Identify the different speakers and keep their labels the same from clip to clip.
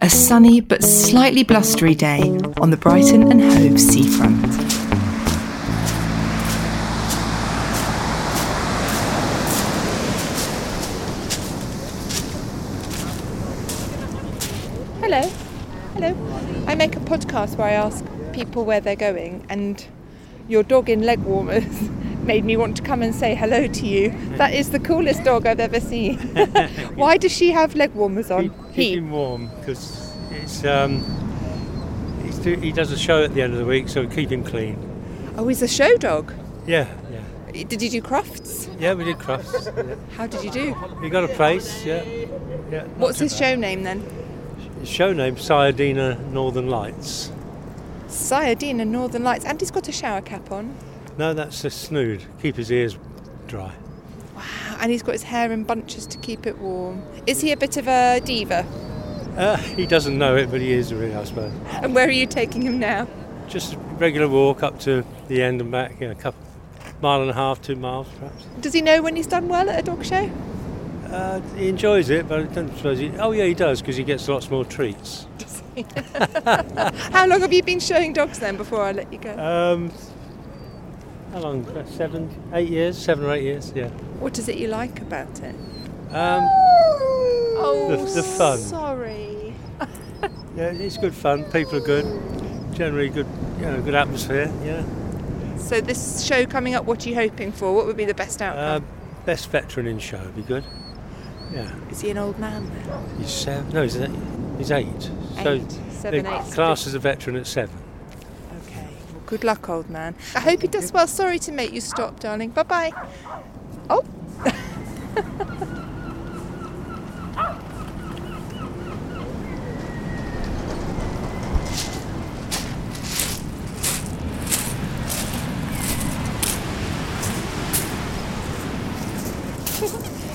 Speaker 1: A sunny but slightly blustery day on the Brighton and Hove seafront.
Speaker 2: Hello. Hello. I make a podcast where I ask people where they're going, and your dog in leg warmers made me want to come and say hello to you. That is the coolest dog I've ever seen. Why does she have leg warmers on?
Speaker 3: Keep, keep him warm because it's um, he's do, he does a show at the end of the week, so keep him clean.
Speaker 2: Oh, he's a show dog.
Speaker 3: Yeah, yeah,
Speaker 2: Did you do crofts?
Speaker 3: yeah. We did crafts. yeah.
Speaker 2: How did you do?
Speaker 3: We got a place. Yeah, yeah. not
Speaker 2: What's
Speaker 3: too
Speaker 2: his
Speaker 3: bad.
Speaker 2: show name then?
Speaker 3: His show name? Sayadina Northern Lights.
Speaker 2: Sayadina Northern Lights. And he's got a shower cap on.
Speaker 3: No, that's a snood. Keep his ears dry.
Speaker 2: And he's got his hair in bunches to keep it warm. Is he a bit of a diva?
Speaker 3: Uh, he doesn't know it, but he is really, I suppose.
Speaker 2: And where are you taking him now?
Speaker 3: Just a regular walk up to the end and back. Yeah, a couple mile and a half, two miles perhaps.
Speaker 2: Does he know when he's done well at a dog show?
Speaker 3: Uh, he enjoys it, but I don't suppose he. Oh yeah, he does because he gets lots more treats.
Speaker 2: How long have you been showing dogs then before I let you go?
Speaker 3: Um, how long? About Seven, eight years, seven or eight years. Yeah.
Speaker 2: What is it you like about it?
Speaker 3: Um,
Speaker 2: Oh,
Speaker 3: the fun.
Speaker 2: Sorry.
Speaker 3: yeah, it's good fun. People are good. Generally, good. You know, good atmosphere. Yeah.
Speaker 2: So this show coming up, what are you hoping for? What would be the best
Speaker 3: Uh,
Speaker 2: outcome?
Speaker 3: best veteran in show would be good. Yeah.
Speaker 2: is he an old man then?
Speaker 3: He's seven. No, he's eight. He's eight. So
Speaker 2: Eight. Seven,
Speaker 3: the
Speaker 2: eight.
Speaker 3: class as a veteran at seven.
Speaker 2: Okay. Well, good luck, old man. I hope he does well. Sorry to make you stop, darling. Bye bye. Oh.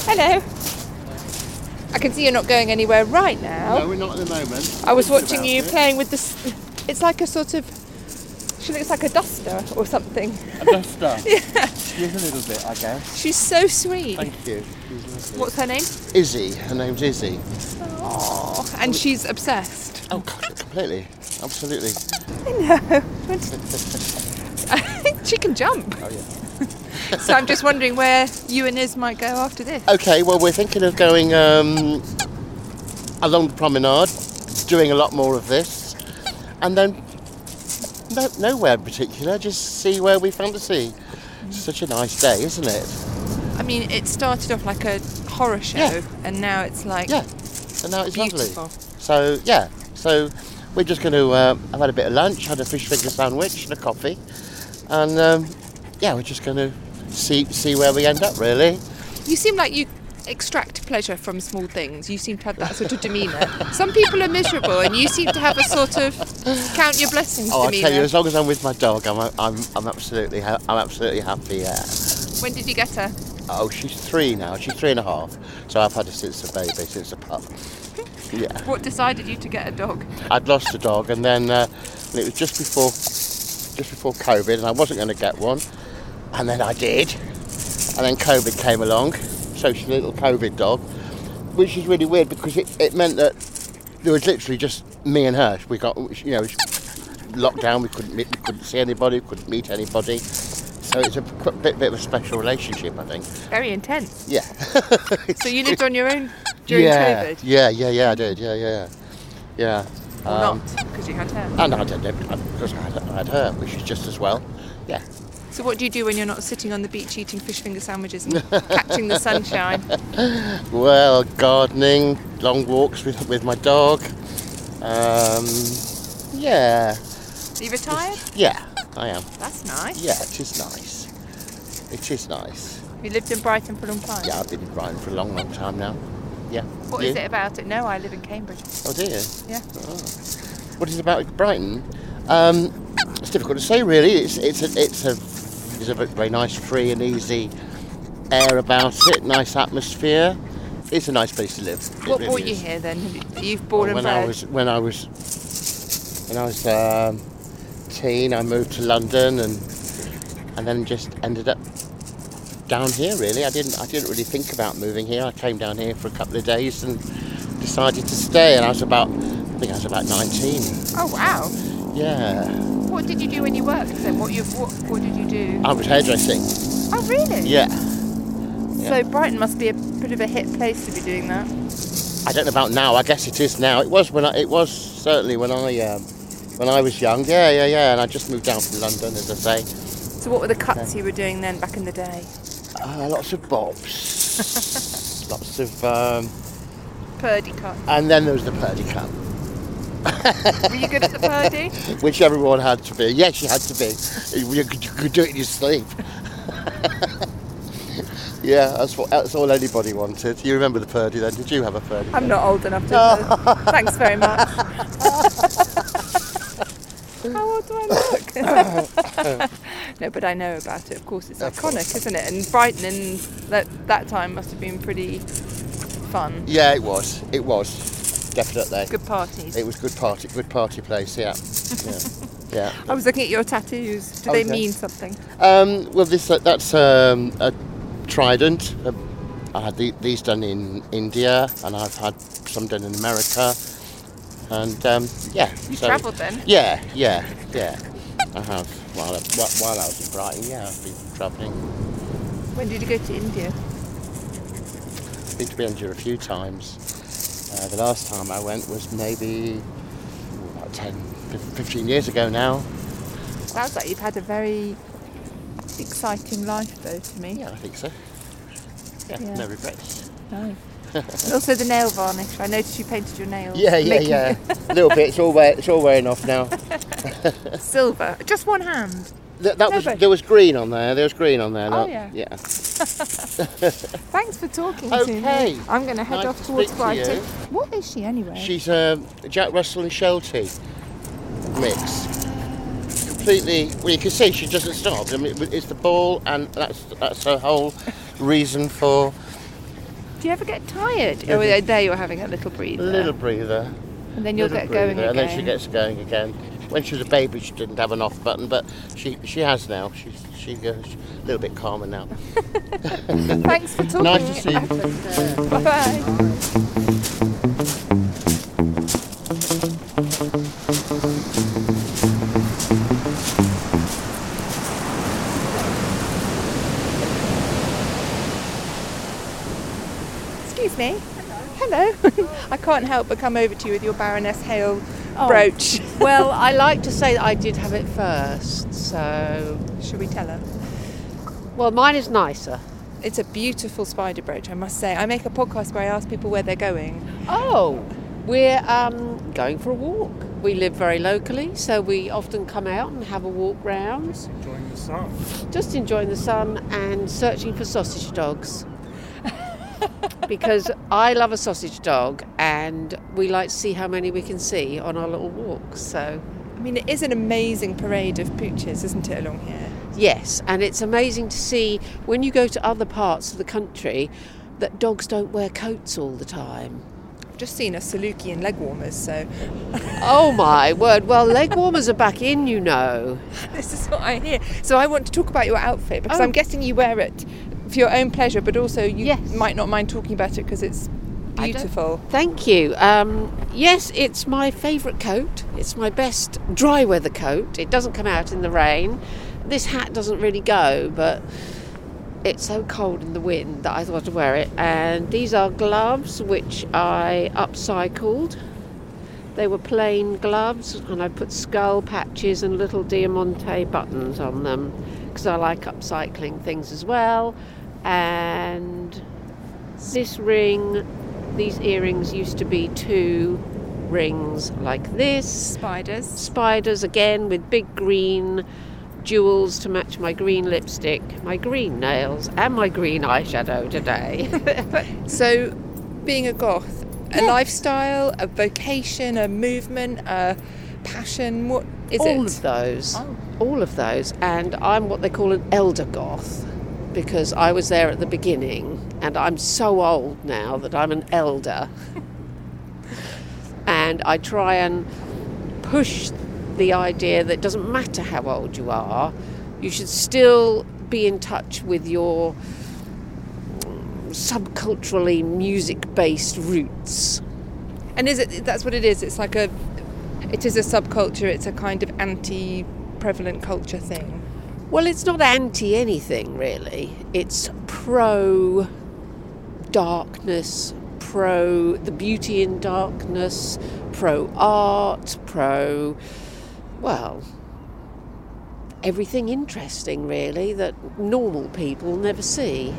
Speaker 2: Hello. I can see you're not going anywhere right now.
Speaker 4: No, we're not at the moment.
Speaker 2: I was
Speaker 4: Thinking
Speaker 2: watching
Speaker 4: about
Speaker 2: you
Speaker 4: it.
Speaker 2: playing with this. It's like a sort of. She looks like a duster or something.
Speaker 4: A duster. yeah. She's a little bit, I guess.
Speaker 2: She's so sweet.
Speaker 4: Thank you. She's lovely.
Speaker 2: What's her name?
Speaker 4: Izzy. Her name's Izzy.
Speaker 2: Oh, and she's obsessed.
Speaker 4: Oh, c- completely. Absolutely.
Speaker 2: she can jump.
Speaker 4: Oh, yeah.
Speaker 2: So I'm just wondering where you and Iz might go after this.
Speaker 4: Okay, well, we're thinking of going um, along the promenade, doing a lot more of this, and then no, nowhere in particular, just see where we fantasy. Such a nice day, isn't it?
Speaker 2: I mean, it started off like a horror show,
Speaker 4: Yeah.
Speaker 2: and now it's like
Speaker 4: Yeah. And now it's
Speaker 2: beautiful.
Speaker 4: lovely. So, yeah. So, we're just going to. Uh, I've had a bit of lunch, had a fish finger sandwich and a coffee. And, um, yeah, we're just going to see, see where we end up, really.
Speaker 2: You seem like you extract pleasure from small things. You seem to have that sort of demeanour. Some people are miserable, and you seem to have a sort of count your blessings
Speaker 4: Oh, I
Speaker 2: demeanour.
Speaker 4: tell you, as long as I'm with my dog, I'm, I'm, I'm absolutely, ha- I'm absolutely happy. Yeah.
Speaker 2: when did you get her?
Speaker 4: Oh, she's three now. She's three and a half. So I've had her since a baby, since a pup. Yeah.
Speaker 2: What decided you to get a dog?
Speaker 4: I'd lost a dog, and then uh, and it was just before, just before COVID, and I wasn't going to get one, and then I did, and then COVID came along, so she's a little COVID dog, which is really weird because it, it meant that there was literally just me and her. We got, you know, it was lockdown. We couldn't meet, we couldn't see anybody, we couldn't meet anybody. So it's a qu- bit, bit of a special relationship, I think.
Speaker 2: Very intense.
Speaker 4: Yeah.
Speaker 2: So you lived on your own during
Speaker 4: yeah.
Speaker 2: COVID?
Speaker 4: Yeah, yeah, yeah, I did. Yeah, yeah, yeah. Yeah.
Speaker 2: Or
Speaker 4: Um,
Speaker 2: not, because you had her.
Speaker 4: and I did it because I had, I had her, which is just as well. Yeah.
Speaker 2: So what do you do when you're not sitting on the beach eating fish finger sandwiches and catching the sunshine?
Speaker 4: Well, gardening, long walks with, with my dog. Um, yeah.
Speaker 2: Are you retired?
Speaker 4: Yeah, I am.
Speaker 2: That's nice.
Speaker 4: Yeah, it is nice. It is nice.
Speaker 2: You lived in Brighton for a long time?
Speaker 4: Yeah, I've been in Brighton for a long, long time now. Yeah.
Speaker 2: What
Speaker 4: you?
Speaker 2: is it about it? No, I live in Cambridge.
Speaker 4: Oh dear.
Speaker 2: Yeah.
Speaker 4: What is it about Brighton? Um, it's difficult to say, really. It's it's a, it's a it's a very nice, free and easy air about it. Nice atmosphere. It's a nice place to live. it
Speaker 2: What
Speaker 4: really
Speaker 2: brought you
Speaker 4: is.
Speaker 2: here then? Have you- You've born
Speaker 4: when
Speaker 2: and
Speaker 4: I
Speaker 2: bred.
Speaker 4: was when I was when I was um, teen, I moved to London and and then just ended up down here. Really, I didn't I didn't really think about moving here. I came down here for a couple of days and decided to stay. And I was about I think I was about 19.
Speaker 2: Oh wow!
Speaker 4: Yeah,
Speaker 2: What did you do when you worked? Then what you what, what did you do?
Speaker 4: I was hairdressing.
Speaker 2: Oh really?
Speaker 4: Uh, Yeah,
Speaker 2: So Brighton must be a bit of a hit place to be doing that.
Speaker 4: I don't know about now. I guess it is now. It was when I, it was certainly when I um, when I was young. Yeah, yeah, yeah. And I just moved down from London, as I say.
Speaker 2: So what were the cuts you were doing then back in the day?
Speaker 4: Uh, lots of bobs, lots of, um,
Speaker 2: Purdy cut.
Speaker 4: and then there was the Purdy Cup,
Speaker 2: Were you good at the purdy?
Speaker 4: which everyone had to be. Yes, you had to be. You could, you could do it in your sleep. yeah, that's what that's all anybody wanted. You remember the Purdy then? Did you have a Purdy?
Speaker 2: I'm not old enough to. Thanks very much. How old do I look? no, but I know about it. Of course, it's
Speaker 4: Of
Speaker 2: iconic,
Speaker 4: course.
Speaker 2: isn't it? And Brighton in that that time must have been pretty fun.
Speaker 4: Yeah, it was. It was definitely.
Speaker 2: Good parties.
Speaker 4: It was good party, good party place. Yeah, yeah. yeah.
Speaker 2: I was looking at your tattoos. Do
Speaker 4: Oh,
Speaker 2: they
Speaker 4: yeah.
Speaker 2: mean something?
Speaker 4: Um, well, this that's um, a trident. Uh, I had the, these done in India, and I've had some done in America. And um, yeah,
Speaker 2: You travelled then?
Speaker 4: Yeah, yeah, yeah. I have while I, wh- while I was in Brighton. Yeah, I've been travelling.
Speaker 2: When did you go to India?
Speaker 4: Been to India a few times. Uh, the last time I went was maybe ooh, about 10, 15 years ago now.
Speaker 2: Sounds like you've had a very exciting life, though, to me.
Speaker 4: Yeah, I think so. Yeah,
Speaker 2: Yeah.
Speaker 4: no regrets.
Speaker 2: No. and also the nail varnish. I noticed you painted your nails.
Speaker 4: Yeah, yeah,
Speaker 2: making
Speaker 4: yeah. a little bit. It's all wear, it's all wearing off now.
Speaker 2: it Silver. Just one hand.
Speaker 4: Th- that was
Speaker 2: but-
Speaker 4: there was green on there. There was green on there.
Speaker 2: Oh, yeah.
Speaker 4: that- Yeah.
Speaker 2: Thanks for talking to
Speaker 4: Okay.
Speaker 2: me. I'm going to head
Speaker 4: Nice
Speaker 2: off
Speaker 4: to
Speaker 2: towards
Speaker 4: speak to
Speaker 2: Brighton.
Speaker 4: you.
Speaker 2: What is she anyway?
Speaker 4: She's um, a Jack Russell and Sheltie mix. Completely. Well, you can see she doesn't stop. I mean, it's the ball, and that's that's her whole reason for
Speaker 2: Do you ever get tired? Oh,
Speaker 4: Yeah.
Speaker 2: there you're having a little breather.
Speaker 4: a little breather.
Speaker 2: and then you'll
Speaker 4: little
Speaker 2: get going
Speaker 4: breather,
Speaker 2: again.
Speaker 4: and then she gets going again. When she was a baby, she didn't have an off button, but she she has now. She's she goes a little bit calmer now.
Speaker 2: Thanks for talking.
Speaker 4: Nice to see you.
Speaker 2: Bye bye. Excuse me. Hello. I can't help but come over to you with your Baroness Hale
Speaker 5: Oh.
Speaker 2: brooch.
Speaker 5: well, I like to say that I did have it first, so.
Speaker 2: Shall we tell her?
Speaker 5: Well, mine is nicer.
Speaker 2: It's a beautiful spider brooch, I must say. I make a podcast where I ask people where they're going.
Speaker 5: Oh, we're um, going for a walk. We live very locally, so we often come out and have a walk round,
Speaker 6: Enjoying the sun.
Speaker 5: just enjoying the sun and searching for sausage dogs. because I love a sausage dog, and we like to see how many we can see on our little walk. So,
Speaker 2: I mean, it is an amazing parade of pooches, isn't it, along here?
Speaker 5: Yes, and it's amazing to see when you go to other parts of the country that dogs don't wear coats all the time.
Speaker 2: I've just seen a Saluki in leg warmers, so
Speaker 5: Oh my word, well, leg warmers are back in, you know.
Speaker 2: this is what I hear. So I want to talk about your outfit because
Speaker 5: Oh.
Speaker 2: I'm guessing you wear it for your own pleasure, but also you
Speaker 5: Yes.
Speaker 2: might not mind talking about it because it's
Speaker 5: I don't-
Speaker 2: beautiful.
Speaker 5: Thank you. Um, yes, it's my favourite coat. It's my best dry weather coat. It doesn't come out in the rain. This hat doesn't really go, but it's so cold in the wind that I thought I'd wear it. And these are gloves which I upcycled. They were plain gloves, and I put skull patches and little diamante buttons on them because I like upcycling things as well. And this ring, these earrings used to be two rings like this.
Speaker 2: Spiders.
Speaker 5: Spiders again with big green jewels to match my green lipstick, my green nails, and my green eyeshadow today.
Speaker 2: So, being a goth, a lifestyle, a vocation, a movement, a passion. What is
Speaker 5: all
Speaker 2: it?
Speaker 5: of those
Speaker 2: Oh.
Speaker 5: all of those and i'm what they call an elder goth because i was there at the beginning and i'm so old now that i'm an elder and i try and push the idea that it doesn't matter how old you are you should still be in touch with your subculturally music based roots
Speaker 2: And is it? That's what it is. It's like a. It is a subculture. It's a kind of anti-prevalent culture thing.
Speaker 5: Well, it's not anti anything really. It's pro darkness, pro the beauty in darkness, pro art, pro, well, everything interesting really that normal people never see.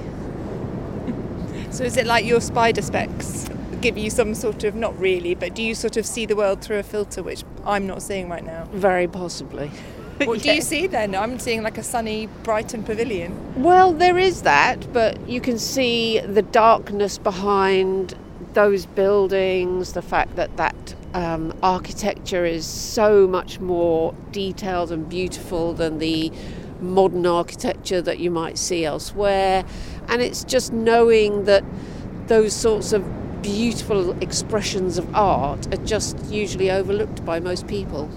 Speaker 2: So is it like your spider specs give you some sort of not really, but do you sort of see the world through a filter which I'm not seeing right now?
Speaker 5: Very possibly.
Speaker 2: What do you see then? I'm seeing like a sunny Brighton pavilion.
Speaker 5: Well, there is that, but you can see the darkness behind those buildings, the fact that that um, architecture is so much more detailed and beautiful than the modern architecture that you might see elsewhere. And it's just knowing that those sorts of beautiful expressions of art are just usually overlooked by most people.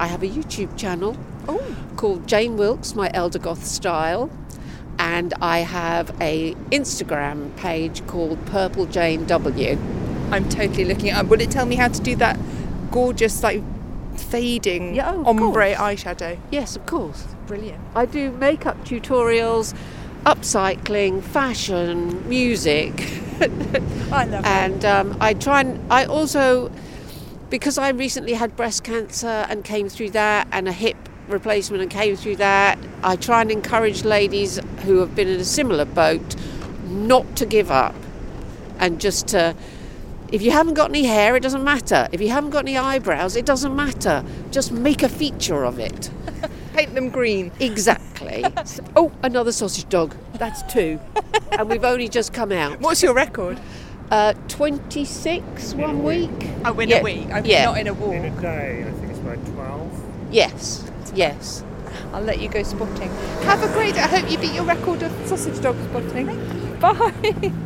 Speaker 5: I have a YouTube channel
Speaker 2: Oh,
Speaker 5: called Jane Wilkes, my Elder Goth style, and I have a Instagram page called Purple Jane W.
Speaker 2: I'm totally looking at. Would it tell me how to do that gorgeous like fading
Speaker 5: Yeah, oh, of
Speaker 2: ombre
Speaker 5: course.
Speaker 2: eyeshadow?
Speaker 5: Yes, of course.
Speaker 2: Brilliant.
Speaker 5: I do makeup tutorials, upcycling, fashion, music,
Speaker 2: I love it.
Speaker 5: and um, I try and I also because I recently had breast cancer and came through that, and a hip replacement and came through that. I try and encourage ladies who have been in a similar boat not to give up and just to. If you haven't got any hair, it doesn't matter. If you haven't got any eyebrows, it doesn't matter. Just make a feature of it.
Speaker 2: Paint them green.
Speaker 5: Exactly. So- oh, another sausage dog. That's two. and we've only just come out.
Speaker 2: What's your record?
Speaker 5: Uh, 26 one week?
Speaker 2: Oh, in
Speaker 5: Yeah.
Speaker 2: a week. I'm
Speaker 5: Yeah.
Speaker 2: not in a
Speaker 6: In
Speaker 2: war.
Speaker 6: a day, I think it's about 12.
Speaker 5: Yes, yes.
Speaker 2: I'll let you go spotting. Have a great. I hope you beat your record of sausage dog spotting. Bye.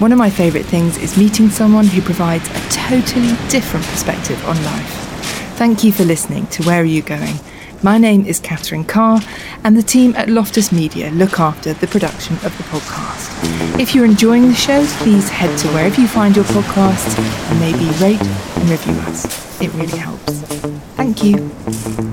Speaker 1: One of my favourite things is meeting someone who provides a totally different perspective on life. Thank you for listening to Where Are You Going? My name is Catherine Carr, and the team at Loftus Media look after the production of the podcast. If you're enjoying the show, please head to wherever you find your podcasts and maybe rate and review us. It really helps. Thank you.